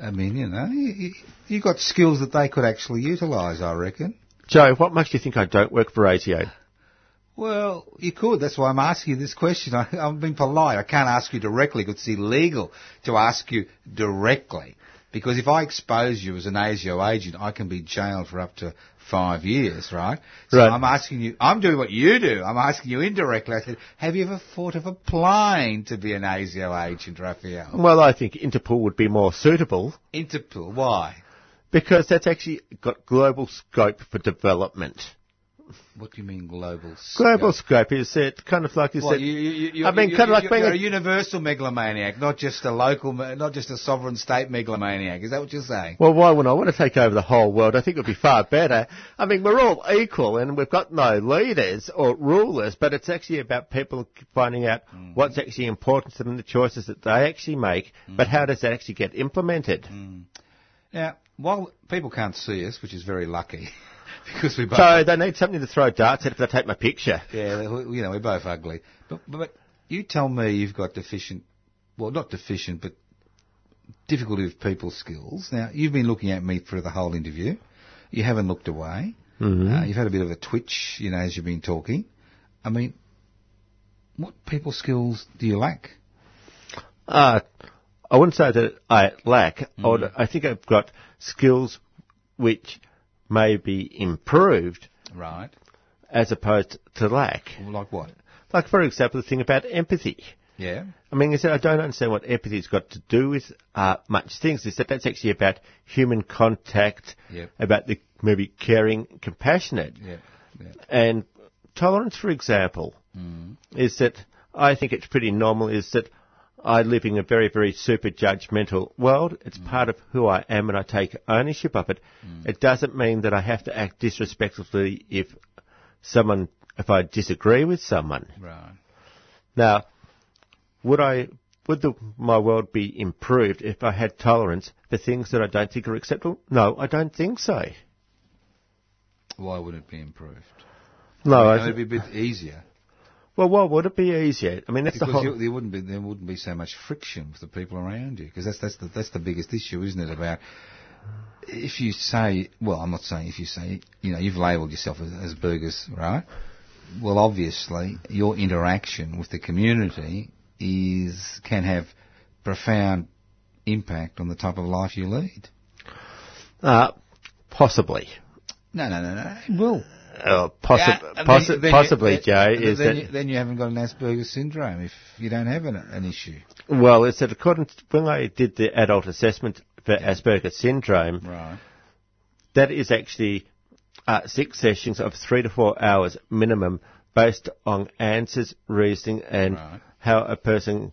I mean, you know, you, you, you got skills that they could actually utilise. I reckon. Joe, what makes you think I don't work for ASIO? Well, you could. That's why I'm asking you this question. I, I'm being polite. I can't ask you directly. 'cause It's illegal to ask you directly. Because if I expose you as an ASIO agent, I can be jailed for up to five years, right? So Right. I'm asking you, I'm doing what you do. I'm asking you indirectly. I said, have you ever thought of applying to be an ASIO agent, Raphael? Well, I think Interpol would be more suitable Interpol, why? because that's actually got global scope for development. What do you mean global scope? Global scope is it kind of like you Well, said. you, you, you, I you're- mean, you, kind of like you, being you're a- a universal megalomaniac, not just a local, me- not just a sovereign state megalomaniac. Is that what you're saying? Well, why wouldn't I want to take over the whole world? I think it would be far better. I mean, we're all equal and we've got no leaders or rulers, but it's actually about people finding out Mm. what's actually important to them, the choices that they actually make, Mm. but how does that actually get implemented? Now, while people can't see us, which is very lucky, because we both, So they need something to throw darts at if they take my picture. yeah, we- you know, we're both ugly. But, but you tell me you've got deficient, well, not deficient, but difficulty with people skills. Now, you've been looking at me through the whole interview. You haven't looked away. Mm-hmm. Uh, you've had a bit of a twitch, you know, as you've been talking. I mean, what people skills do you lack? Uh, I wouldn't say that I lack. I, would, Mm. I think I've got skills which may be improved Right. as opposed to lack. Like what? Like, for example, the thing about empathy. Yeah. I mean, you said I don't understand what empathy's got to do with uh, much things. Is that that's actually about human contact, Yep. about the maybe caring, compassionate, Yeah. yeah. and tolerance, for example, Mm. is that I think it's pretty normal. Is that I live in a very, very super judgmental world. It's Mm. part of who I am, and I take ownership of it. It doesn't mean that I have to act disrespectfully if someone, if I disagree with someone. Right. Now, would I would the, my world be improved if I had tolerance for things that I don't think are acceptable? No, I don't think so. Why would it be improved? No, I, it would be a bit easier well, why would it be easier? I mean, that's the because whole. you, there wouldn't be there wouldn't be so much friction with the people around you because that's that's the that's the biggest issue, isn't it? About if you say, well, I'm not saying if you say, you know, you've labelled yourself as, as burgers, right? Well, obviously, your interaction with the community is can have profound impact on the type of life you lead. uh, possibly. No, no, no, no. It will. Uh, possi- Yeah, and possi- then- then you- possibly, then- Joe, then is that, you, then you haven't got an Asperger's syndrome if you don't have an, an issue. well, it's that according to, when I did the adult assessment for Asperger's syndrome, Right. that is actually uh, six sessions of three to four hours minimum based on answers, reasoning, and Right. how a person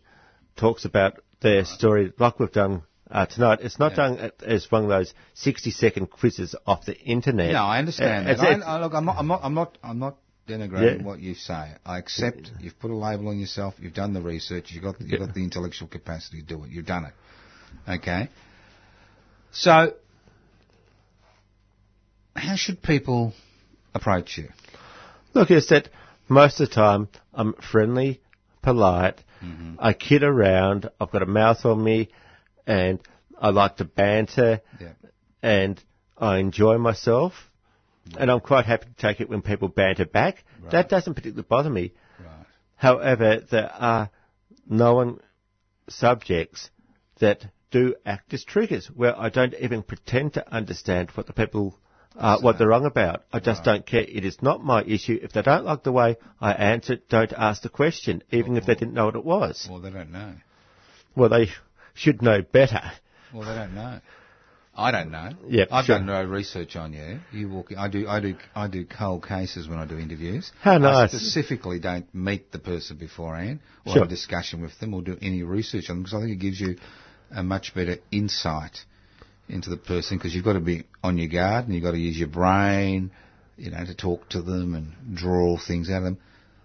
talks about their story, like we've done uh, tonight. It's not done done as one of those 60 second quizzes off the internet. No, I understand Uh, that. I, it's- I, look, I'm not, I'm not, I'm not, I'm not denigrating Yeah. what you say. I accept you've put a label on yourself. You've done the research. You've got, you've got the intellectual capacity to do it. You've done it. Okay. So, how should people approach you? Look, it's that most of the time I'm friendly, polite, I kid around, I've got a mouth on me, and I like to banter. Yeah. and I enjoy myself, and I'm quite happy to take it when people banter back. That doesn't particularly bother me. Right. However, there are known subjects that do act as triggers where I don't even pretend to understand what the people, uh, what they're wrong about. I just don't care. It is not my issue. If they don't like the way I answer, it, don't ask the question, even if they didn't know what it was. Well, they don't know. Well, they should know better. Well, they don't know. I don't know. Yep, I've sure. done no research on you. You walk. I do. I do. I do cold cases when I do interviews. How I nice. specifically don't meet the person beforehand or Sure. have a discussion with them or do any research on them because I think it gives you a much better insight into the person because you've got to be on your guard and you've got to use your brain, you know, to talk to them and draw things out of them.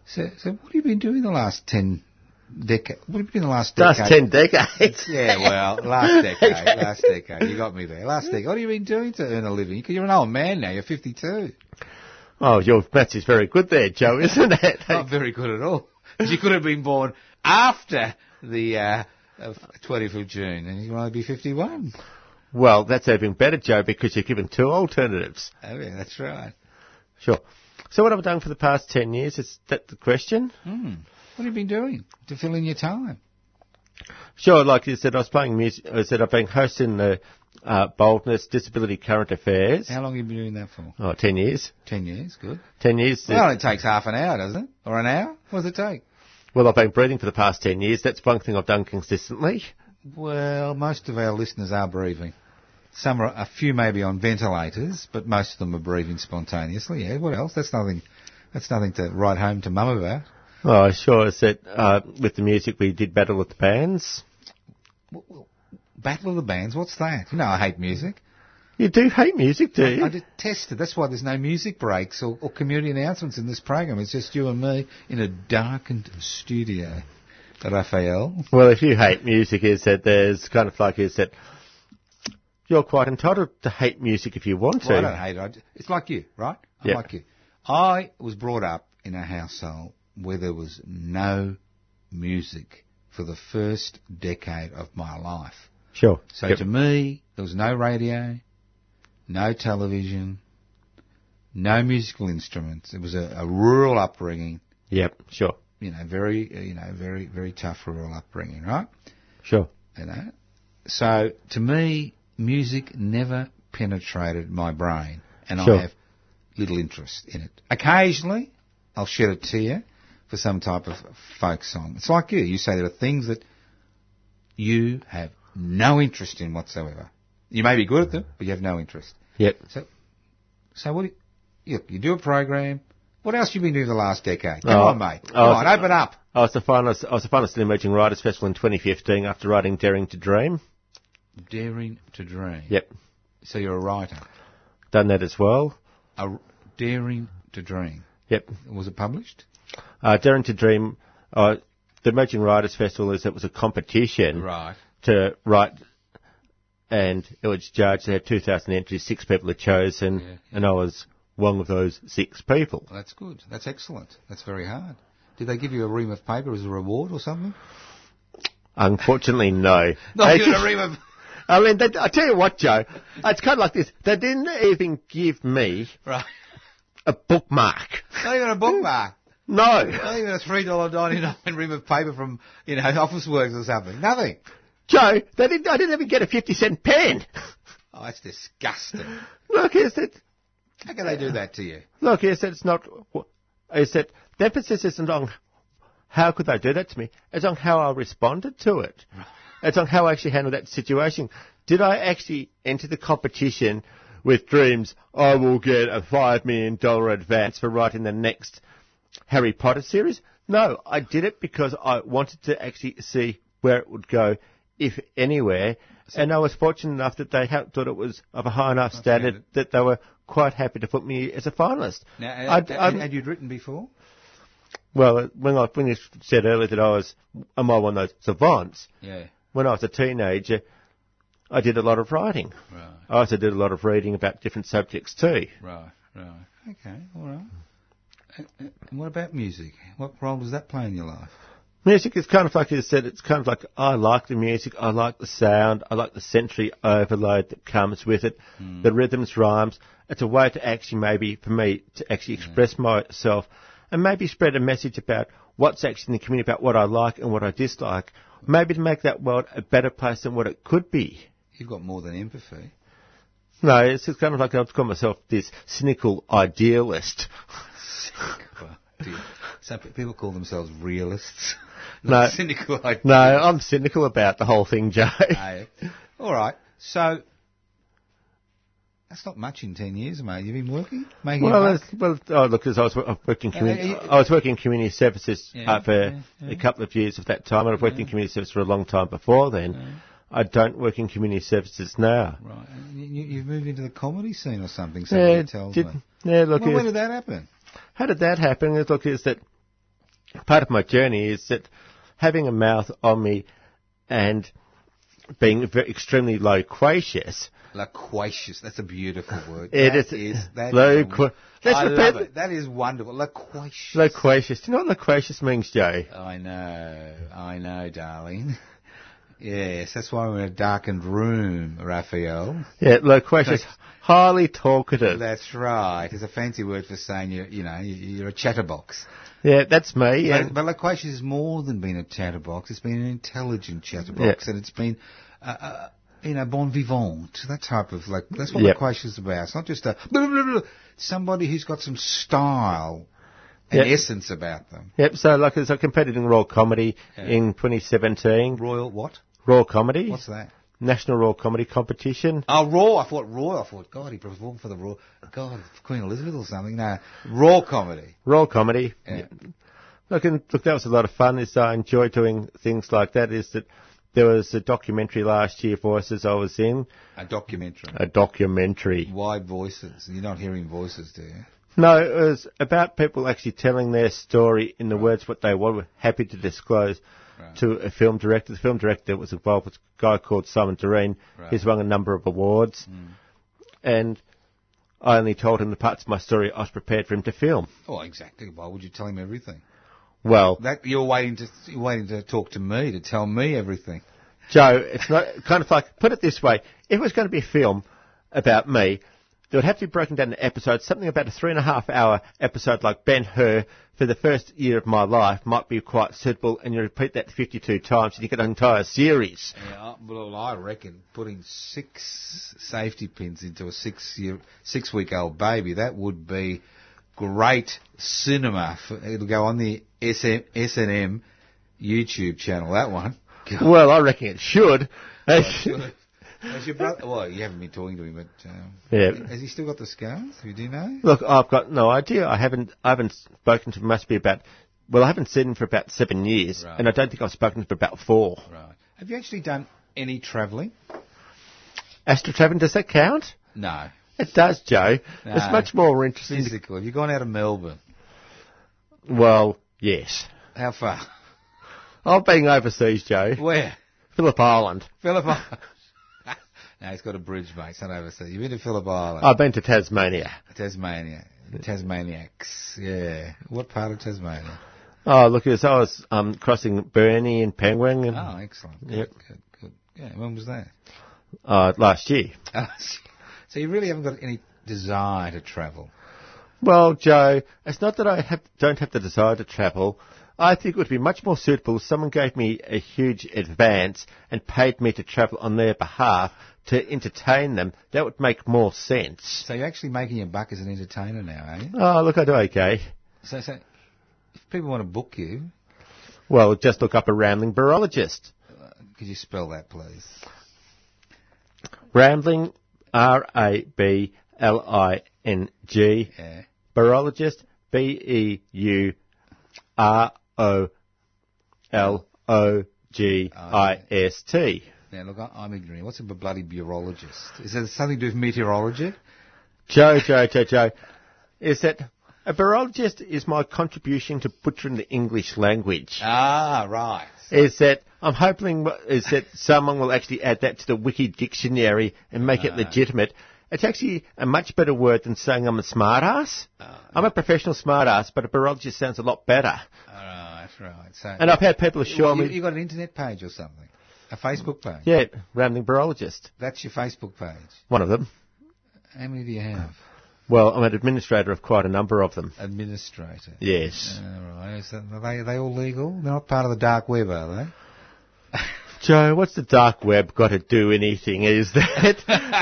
So, so what have you been doing the last ten decade? What have you been the last decade? Last 10 decades. Yeah, well, last decade, last decade. You got me there. Last decade. What have you been doing to earn a living? 'Cause You're an old man now. You're 52. Oh, your maths is very good there, Joe, isn't it? Not very good at all. 'Cause You could have been born after the uh, of 20th of June, and you'd only be 51. well, that's even better, Joe, because you're given two alternatives. Oh, yeah, that's right. Sure. So what I've done for the past 10 years, is that the question? Hmm. What have you been doing to fill in your time? Sure, like you said, I was playing music, I said I've been hosting the uh, Boldness Disability Current Affairs. How long have you been doing that for? Oh, 10 years. 10 years. Good. 10 years. Well, it takes half an hour, doesn't it? Or an hour? What does it take? Well, I've been breathing for the past 10 years. That's one thing I've done consistently. Well, most of our listeners are breathing. Some are, a few may be on ventilators, but most of them are breathing spontaneously. Yeah, what else? That's nothing. That's nothing to write home to mum about. Oh, sure. I said, uh, with the music, we did battle with the bands. W- w- Battle of the Bands. What's that? You know, I hate music. You do hate music, do you? I detest it. That's why there's no music breaks or, or community announcements in this program. It's just you and me in a darkened studio. Raphael. Well, if you hate music, is that there's kind of like is that you're quite entitled to hate music if you want to. Well, I don't hate it. I ju- It's like you, right? I'm Yeah. like you. I was brought up in a household where there was no music for the first decade of my life. Sure. So Yep. to me, there was no radio, no television, no musical instruments. It was a, a rural upbringing, Yep. Sure. you know, very, uh, you know, very, very tough rural upbringing, right? Sure. You know? So to me, music never penetrated my brain and Sure. I have little interest in it. Occasionally, I'll shed a tear for some type of folk song. It's like you. You say there are things that you have no interest in whatsoever. You may be good at them, but you have no interest. Yep. So what? do You, look, you do a program. What else have you been doing the last decade? Come Oh, on, mate. Come oh, on, open up. I was the finalist. I was the finalist in Emerging Writers Festival in 2015 after writing Daring to Dream. Daring to dream. Yep. So you're a writer. Done that as well. A daring to dream. Yep. Was it published? Uh, Daring to Dream. Uh, the Emerging Writers Festival is it was a competition Right. to write, and it was judged. They had 2,000 entries. Six people were chosen, Yeah, yeah. and I was one of those six people. Well, that's good. That's excellent. That's very hard. Did they give you a ream of paper as a reward or something? Unfortunately, no. Not They- even a ream of. I mean, they, I tell you what, Joe, it's kind of like this. They didn't even give me Right. a bookmark. Not even a bookmark. No. Not even a three dollar ninety nine ream of paper from you know Office Works or something. Nothing. Joe, they didn't, I didn't even get a 50 cent pen. Oh, that's disgusting. Look, is it, How can they do that to you? look, is it, it's not, is it, the emphasis isn't on how could they do that to me, it's on how I responded to it. It's on how I actually handled that situation. Did I actually enter the competition with dreams, I will get a $5 million advance for writing the next Harry Potter series. No, I did it because I wanted to actually see where it would go, if anywhere. And I was fortunate enough that they ha- thought it was of a high enough standard standard. that they were quite happy to put me as a finalist. Now, I'd- had, I'd- had you written before? well, uh, when I when you said earlier that I was, am I one of those savants? Yeah. When I was a teenager, I did a lot of writing. Right. I also did a lot of reading about different subjects too. Right. Right. Okay. All right. And- And what about music? What role does that play in your life? Music is kind of like you said, it's kind of like I like the music, I like the sound, I like the sensory overload that comes with it, the rhythms, rhymes. It's a way to actually maybe, for me, to actually express myself and maybe spread a message about what's actually in the community about what I like and what I dislike, maybe to make that world a better place than what it could be. You've got more than empathy. No, it's just kind of like I call myself this cynical idealist. Well, dear. Some pe- people call themselves realists. No. Cynical ideas. No, I'm cynical about the whole thing, Joe. No. All right. So that's not much in ten years, mate. You've been working, making Well, a buck? that's, well, oh, look, 'cause I was wo- I've worked in community, uh, I was working in community services Yeah, uh, for yeah, a couple of years of that time, and I've worked in community services for a long time before then. I don't work in community services now. right. And you, you- you've moved into the comedy scene or something. So yeah, you tells did- me. yeah, look, well, it's- when did that happen? how did that happen? Is look, is that part of my journey is that having a mouth on me and being ve- extremely loquacious. Loquacious. That's a beautiful word. It That is- is- that is loqua- a- That's I the love best- it. That is wonderful. Loquacious. Loquacious. Do you know what loquacious means, Joe? I know, I know, darling. Yes, that's why we're in a darkened room, Raphael. Yeah, loquacious. Thanks. Highly talkative. That's right. It's a fancy word for saying you're, you know, you- you're a chatterbox. Yeah, that's me. But- and- But, loquacious is more than being a chatterbox. It's been an intelligent chatterbox, and it's been, uh, uh, you know, bon vivant. That type of like. That's what Yep. loquacious is about. It's not just a blah, blah, blah, blah. somebody who's got some style and Yep. essence about them. Yep, so like as I competed in Royal Comedy Yeah. in 2017. Royal what? Royal Comedy, What's that? National Royal Comedy Competition. Oh, Raw. I thought Raw. I thought, God, he performed for the Raw. God, Queen Elizabeth or something. No, Raw comedy. Royal Comedy. Yeah. Look, and, look, that was a lot of fun. Is I enjoy doing things like that. Is that there was a documentary last year, Voices I was in, A documentary. a documentary. Why voices? You're not hearing voices, do you? No, it was about people actually telling their story in the words what they were happy to disclose Right. to a film director. The film director that was involved was a guy called Simon Doreen. Right. Hmm. He's won a number of awards. And I only told him the parts of my story I was prepared for him to film. Oh, exactly. Why would you tell him everything? Well, That you're waiting to you're waiting to talk to me to tell me everything. Joe, it's not kind of like, put it this way, if it was going to be a film about me, there would have to be broken down into episodes. Something about a three and a half hour episode like Ben Hur for the first year of my life might be quite suitable, and you repeat that 52 times and you get an entire series. Yeah, well, I reckon putting six safety pins into a six year six week old baby that would be great cinema. For, it'll go on the SM, S&M YouTube channel. That one. Well, I reckon it should. Has your brother? Well, you haven't been talking to him, but um, Yeah. has he still got the scars? Do you know? Look, I've got no idea. I haven't, I haven't spoken to him. Must be about, well, I haven't seen him for about seven years, Right. and I don't think I've spoken to him for about four. Right. Have you actually done any travelling? Astro Tavern, does that count? No. It does, Joe. It's No. much more interesting. to- Physical. Have you gone out of Melbourne? well, yes. How far? I've been overseas, Joe. Where? Phillip Island. Phillip Island. no, he's got a bridge, mate. It's not overseas. You've been to Phillip Island. I've been to Tasmania. Tasmania. Tasmaniacs. Yeah. What part of Tasmania? Oh, look, as I was um, crossing Burnie and Penguin and, Oh, excellent. Good, Yep. good, good. Yeah, when was that? uh, last year. so you really haven't got any desire to travel. Well, Joe, it's not that I have, don't have the desire to travel. I think it would be much more suitable if someone gave me a huge advance and paid me to travel on their behalf to entertain them. That would make more sense. So you're actually making your buck as an entertainer now, are you? Oh, look, I do okay. So, so if people want to book you, Well, just look up a rambling virologist. could you spell that, please? Rambling, R A B L I N G. Yeah. Barologist, B E U R O L O G I S T. Now, look, I- I'm ignorant. What's a bloody bureaucratic? Is it something to do with meteorology? Joe, Joe, Joe, Joe. Is that a barologist is my contribution to butchering the English language. Ah, right. Is that I'm hoping is that someone will actually add that to the wiki dictionary and make Ah. it legitimate. It's actually a much better word than saying I'm a smartass. Ah. I'm a professional smartass, but a barologist sounds a lot better. Right, right. So, And I've had people you, assure you- me, you got an internet page or something? A Facebook page? yeah, rambling barologist, That's your Facebook page. one of them. How many do you have? Well, I'm an administrator of quite a number of them. Administrator. Yes. All right. Is that, are they, are they all legal? They're not part of the dark web, are Joe, what's the dark web got to do anything? Is that,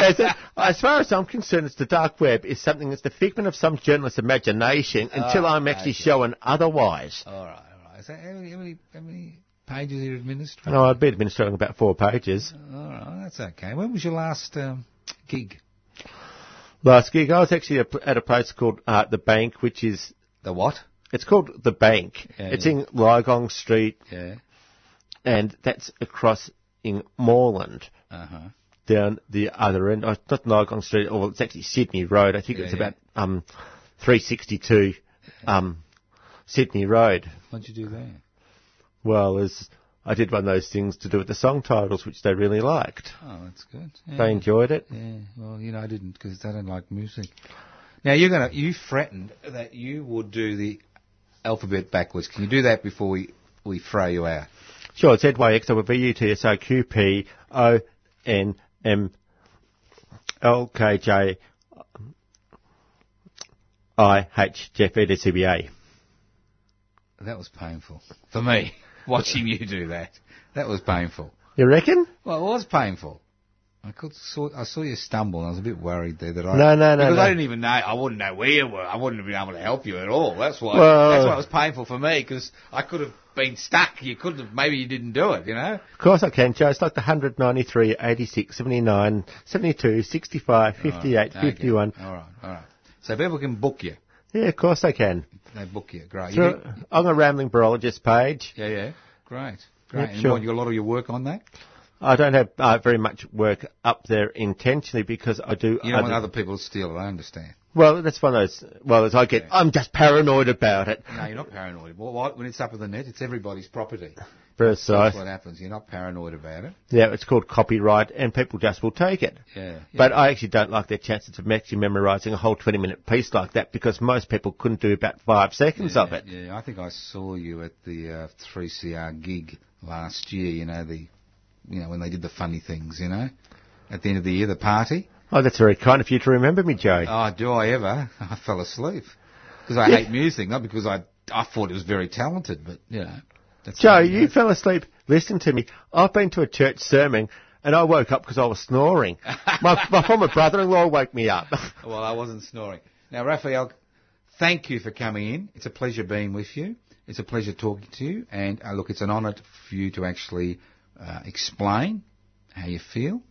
is that- as far as I'm concerned, it's the dark web is something that's the figment of some journalist's imagination Ah, until I'm actually shown otherwise. they? All right. All right. So how many, how many, how many pages are you administrating? No, I've been administering about four pages. All right. That's okay. When was your last um, gig? Last gig, I was actually a- at a place called uh, the Bank, which is The what? it's called the Bank. Yeah, it's yeah. in Ligong Street, Yeah. and that's across in Moreland. Uh huh. down the other end. Oh, it's not Nygong Street, or it's actually Sydney Road. I think Yeah, it's yeah. about um, 362 um, Sydney Road. What'd you do there? Well, as I did one of those things to do with the song titles, which they really liked. Oh, that's good. Yeah. They enjoyed it. Yeah, well, you know, I didn't because I don't like music. Now you're gonna you threatened that you would do the alphabet backwards. Can you do that before we we throw you out? Sure, it's ZYX, so V U E T S O Q P O N M L K J I H J F E D C B A. That was painful for me watching you do that. That was painful. You reckon? Well, it was painful. I could saw I saw you stumble. and I was a bit worried there that I No, no, no, because no. I didn't even know I wouldn't know where you were. I wouldn't have been able to help you at all. That's why Well- that's why it was painful for me because I could have been stuck. You couldn't have maybe you didn't do it. You know. Of course I can, Joe. It's like the 193, 86, 79, 72, 65, 58, Okay. 51. All right, all right. So people can book you. Yeah, of course I can. They book you. Great. You Through, think- on the Rambling Barologist page, yeah, yeah. Great. Great. and sure. what, you got a lot of your work on that? I don't have uh, very much work up there intentionally because I do. You don't want other people to steal it, I understand. Well, that's one of those. Well, as I get, I'm just paranoid about it. No, you're not paranoid. Well, why- when it's up in the net, it's everybody's property. That's Precise. what happens. You're not paranoid about it. Yeah, it's called copyright, and people just will take it. Yeah. But I actually don't like their chances of actually memorising a whole 20 minute piece like that because most people couldn't do about five seconds of it. Yeah, I think I saw you at the uh, 3CR gig last year, you know, the, you know, when they did the funny things, you know, at the end of the year, the party. Oh, that's very kind of you to remember me, Joe. Oh, do I ever? I fell asleep because I hate music, not because I I thought it was very talented, but you know. That's Joe, how it you goes. fell asleep. Listen to me. I've been to a church sermon and I woke up because I was snoring. my, my former brother-in-law woke me up. Well, I wasn't snoring. Now, Raphael, thank you for coming in. It's a pleasure being with you. It's a pleasure talking to you, and uh, look, it's an honour for you to actually uh, explain how you feel,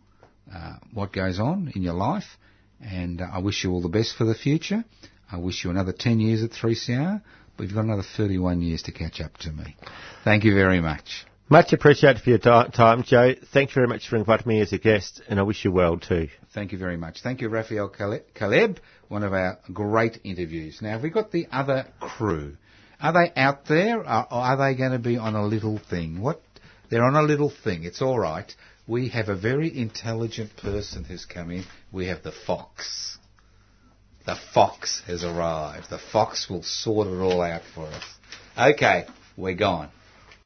uh, what goes on in your life, and uh, I wish you all the best for the future. I wish you another 10 years at 3CR, but you've got another 31 years to catch up to me. Thank you very much. much appreciated for your ti time, Joe. Thank you very much for inviting me as a guest and I wish you well too. Thank you very much. Thank you, Raphael Kale- Caleb, one of our great interviews. Now, have we got the other crew? Are they out there, or are they going to be on a little thing? What? They're on a little thing. It's all right. We have a very intelligent person who's come in. We have the fox. The fox has arrived. The fox will sort it all out for us. Okay, we're gone.